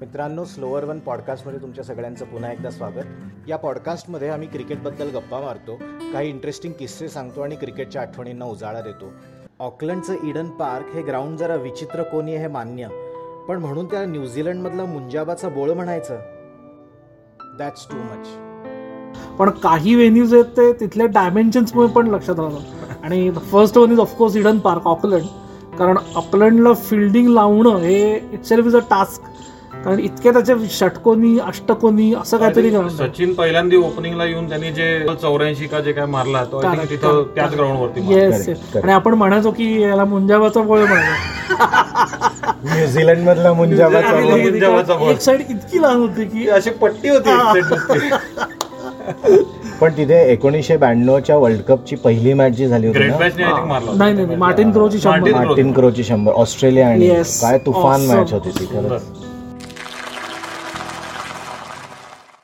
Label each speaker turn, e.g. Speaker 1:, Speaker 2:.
Speaker 1: मित्रांनो slower one पॉडकास्टमध्ये तुमच्या सगळ्यांचं पुन्हा एकदा स्वागत या पॉडकास्टमध्ये आम्ही क्रिकेटबद्दल गप्पा मारतो काही इंटरेस्टिंग किस्से सांगतो आणि क्रिकेटच्या आठवणींना उजाळा देतो ऑकलंडचं इडन पार्क हे ग्राउंड जरा विचित्र कोणी आहे हे मान्य पण म्हणून त्याला न्यूझीलंडमधला मुंजाबाचा बोळ म्हणायचं दॅट्स टू मच
Speaker 2: पण काही व्हेन्यूज आहेत ते तिथल्या डायमेन्शन्समुळे पण लक्षात राहतात आणि first one is of course Eden Park Auckland कारण ऑकलंडला फिल्डिंग लावणं हे itself is a task कारण इतके त्याचे षटकोनी अष्टकोनी असं काहीतरी ground आहे.
Speaker 3: सचिन पहिल्यांदा ओपनिंगला येऊन त्यांनी जे चौऱ्याऐंशी का जे काय मारला तो I think तिथं त्याच ग्राउंड वरती मारला.
Speaker 2: Yes
Speaker 1: Correct, correct.
Speaker 2: आणि आपण म्हणायचो की याला मुंजाबाचा बोळ म्हणतो
Speaker 1: न्यूझीलंडमधला मुंजाबाचा
Speaker 3: बोळ. मुंजाबाचा बोळ.
Speaker 2: एक साईड इतकी लहान होती की
Speaker 3: ती अशी पट्टी होती एक set नुसती.
Speaker 1: पण तिथे एकोणीसशे ब्याण्णवच्या वर्ल्ड कपची पहिली मॅच जी झाली होती
Speaker 3: ग्रेट
Speaker 1: ना
Speaker 3: मॅच ने आय थिंक मारला
Speaker 2: नाही नाही, नाही मार्टिन क्रोची शंभर
Speaker 3: मार्टिन
Speaker 1: मार्टिन क्रोची शंभर ऑस्ट्रेलिया आणि
Speaker 2: Yes.
Speaker 1: काय तुफान
Speaker 2: Awesome.
Speaker 1: मॅच होती ती खरंच